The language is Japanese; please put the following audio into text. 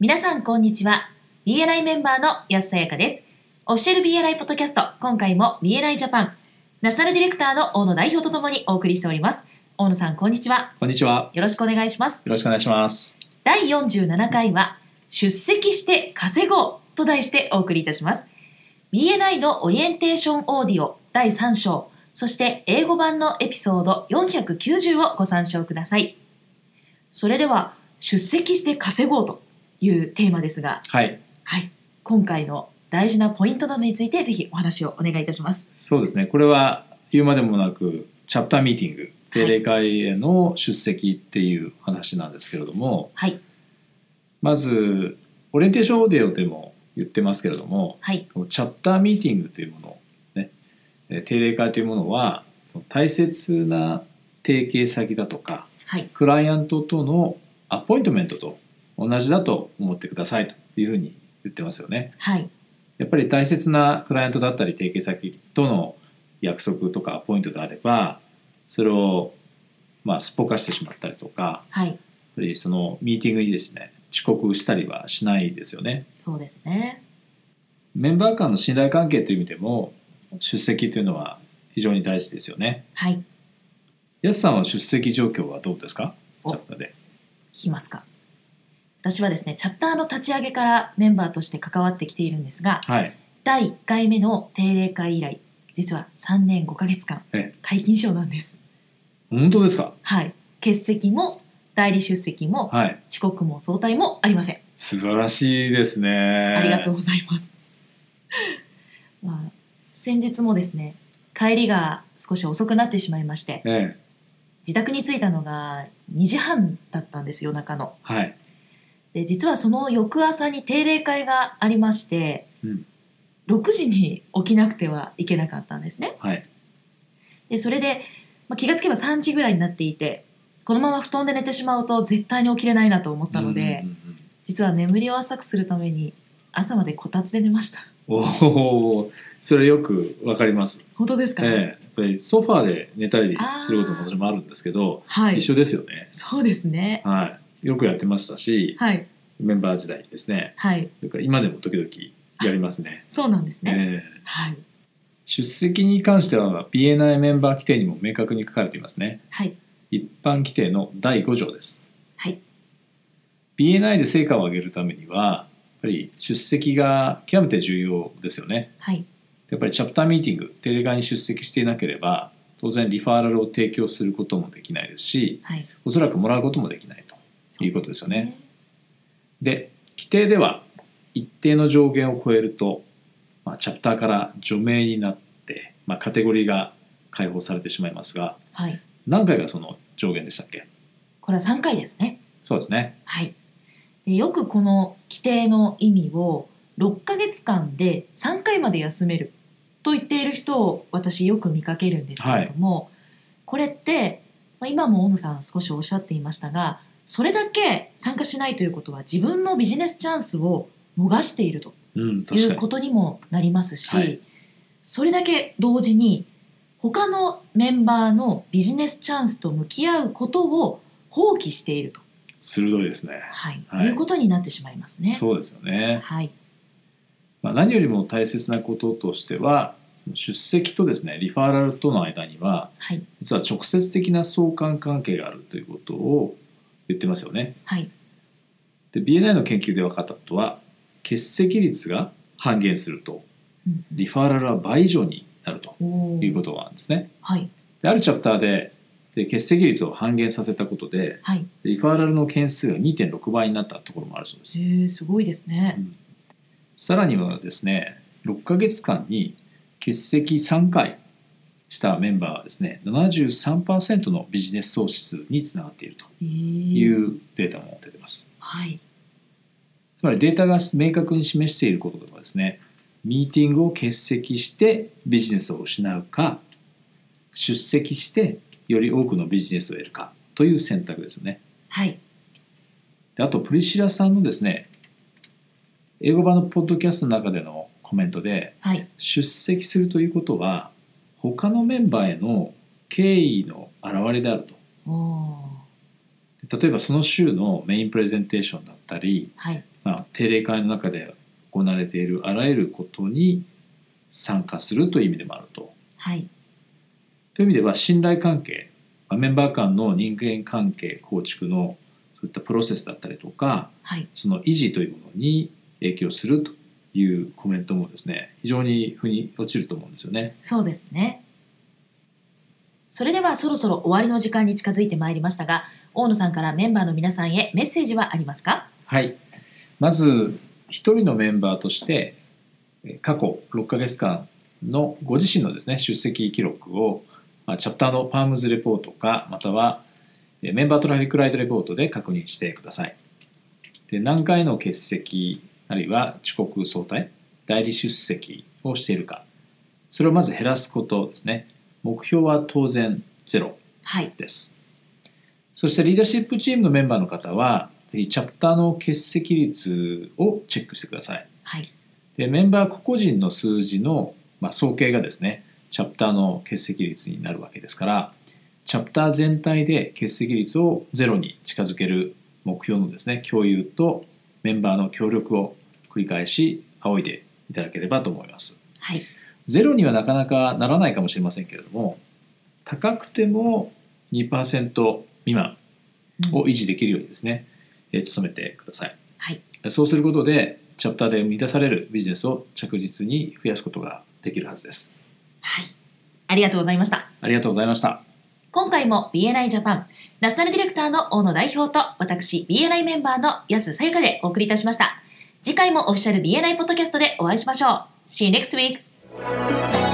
皆さん、こんにちは。BNI メンバーの安さやかです。オフィシャル BNI ポッドキャスト、今回も BNI ジャパン、ナショナルディレクターの大野代表とともにお送りしております。大野さん、こんにちは。こんにちは。よろしくお願いします。よろしくお願いします。第47回は「出席して稼ごう」と題してお送りいたします BNI のオリエンテーションオーディオ第3章そして英語版のエピソード490をご参照くださいそれでは「出席して稼ごう」というテーマですが、はい。はい、今回の大事なポイントなどについてぜひお話をお願いいたしますそうですね。これは言うまでもなく、チャプターミーティング、定例会への出席っていう話なんですけれども、はいまず、オリエンテーションオーディオでも言ってますけれども、はいこのチャプターミーティングというもの、ね、えー定例会というものは、その大切な提携先だとか、はいクライアントとのアポイントメントと同じだと思ってくださいというふうに言ってますよね。はいやっぱり大切なクライアントだったり提携先との約束とかアポイントであればそれをまあすっぽかしてしまったりとかはいやっぱりそのミーティングにですね遅刻したりはしないですよね。そうですねメンバー間の信頼関係という意味でも出席というのは非常に大事ですよね。はいやすさんは出席状況はどうですかおチャプターで。聞きますか私はですねチャプターの立ち上げからメンバーとして関わってきているんですがはい。第1回目の定例会以来実は3年5ヶ月間え皆勤賞なんです本当ですかはい欠席も代理出席もはい。遅刻も早退もありません素晴らしいですね。あありがとうございます、 まあ、先日もですね帰りが少し遅くなってしまいましてええ。自宅に着いたのが2時半だったんです夜中のはい。で実はその翌朝に定例会がありまして、うん6時に起きなくてはいけなかったんですねはい。でそれで、まあ、気がつけば3時ぐらいになっていてこのまま布団で寝てしまうと絶対に起きれないなと思ったので、うんうんうん実は眠りを浅くするために朝までこたつで寝ましたおおそれよくわかります、本当ですか、ええ、やっぱりソファーで寝たりすることももちろんあるんですけど、はい一緒ですよね、そうですねはい、よくやってましたしはいメンバー時代にですねはいそれから今でも時々やりますね、そうなんですね、ええはい出席に関しては BNI メンバー規定にも明確に書かれていますねはい一般規定の第5条ですはい BNI で成果を上げるためにはやっぱり出席が極めて重要ですよねはいやっぱりチャプターミーティング定例会に出席していなければ当然リファーラルを提供することもできないですしはいおそらくもらうこともできないということですよね。で規定では一定の上限を超えると、まあ、チャプターから除名になって、まあ、カテゴリーが解放されてしまいますがはい何回がその上限でしたっけこれは3回ですねそうですね。はい、でよくこの規定の意味を6ヶ月間で3回まで休めると言っている人を私よく見かけるんですけれども、これって、まあ、今も小野さん少しおっしゃっていましたがそれだけ参加しないということは自分のビジネスチャンスを逃しているとうん、い確かうにことにもなりますし、はいそれだけ同時に他のメンバーのビジネスチャンスと向き合うことを放棄していると。鋭いですね。はい、はいいうことになってしまいますね。そうですよね。はい、まあ、何よりも大切なこととしてはその出席とですねリファーラルとの間にははい、実は直接的な相関関係があるということを言ってますよね。はい、で BNI の研究で分かったことは欠席率が半減するとうんリファーラルは倍以上になるとおーいうことなんですね。はい、であるチャプターでで欠席率を半減させたことではい、リファーラルの件数が2.6倍になったところもあるそうでえす。ー、すごいですね。さらにはですね6ヶ月間に欠席3回したメンバーはですね73%のビジネス損失につながっていると。えー、いうデータも出てます。はい、つまりデータが明確に示していることとかですね、ミーティングを欠席してビジネスを失うか、出席してより多くのビジネスを得るかという選択ですよね。はい、であと、プリシラさんのですね、英語版のポッドキャストの中でのコメントで、はい、出席するということは、他のメンバーへの敬意の表れであると。おー例えばその週のメインプレゼンテーションだったり、はい、まあ、定例会の中で行われているあらゆることに参加するという意味でもあると。はいという意味では信頼関係まあメンバー間の人間関係構築のそういったプロセスだったりとかはいその維持というものに影響するというコメントもですね非常に腑に落ちると思うんですよね。そうですねそれではそろそろ終わりの時間に近づいてまいりましたが大野さんからメンバーの皆さんへメッセージはありますかはい、まず一人のメンバーとしてえー過去6ヶ月間のご自身のですね出席記録をまあチャプターのパームズレポートかまたはえーメンバートラフィックライトレポートで確認してくださいで何回の欠席あるいは遅刻早退代理出席をしているかそれをまず減らすことですね目標は当然ゼロはいです。そしてリーダーシップチームのメンバーの方は、ぜひチャプターの欠席率をチェックしてください。はいでメンバー個々人の数字の、まあ、総計がですね、チャプターの欠席率になるわけですから、チャプター全体で欠席率をゼロに近づける目標のですね、共有とメンバーの協力を繰り返し仰いでいただければと思います。はいゼロにはなかなかならないかもしれませんけれども高くても2%未うん満を維持できるようにですね、えー努めてくださいはいそうすることでチャプターで生み出されるビジネスを着実に増やすことができるはずですはいありがとうございましたありがとうございました今回も BNI ジャパンナショナルディレクターの大野代表と私 BNI メンバーの安さやかでお送りいたしました次回もオフィシャル BNI ポッドキャストでお会いしましょう See you next week!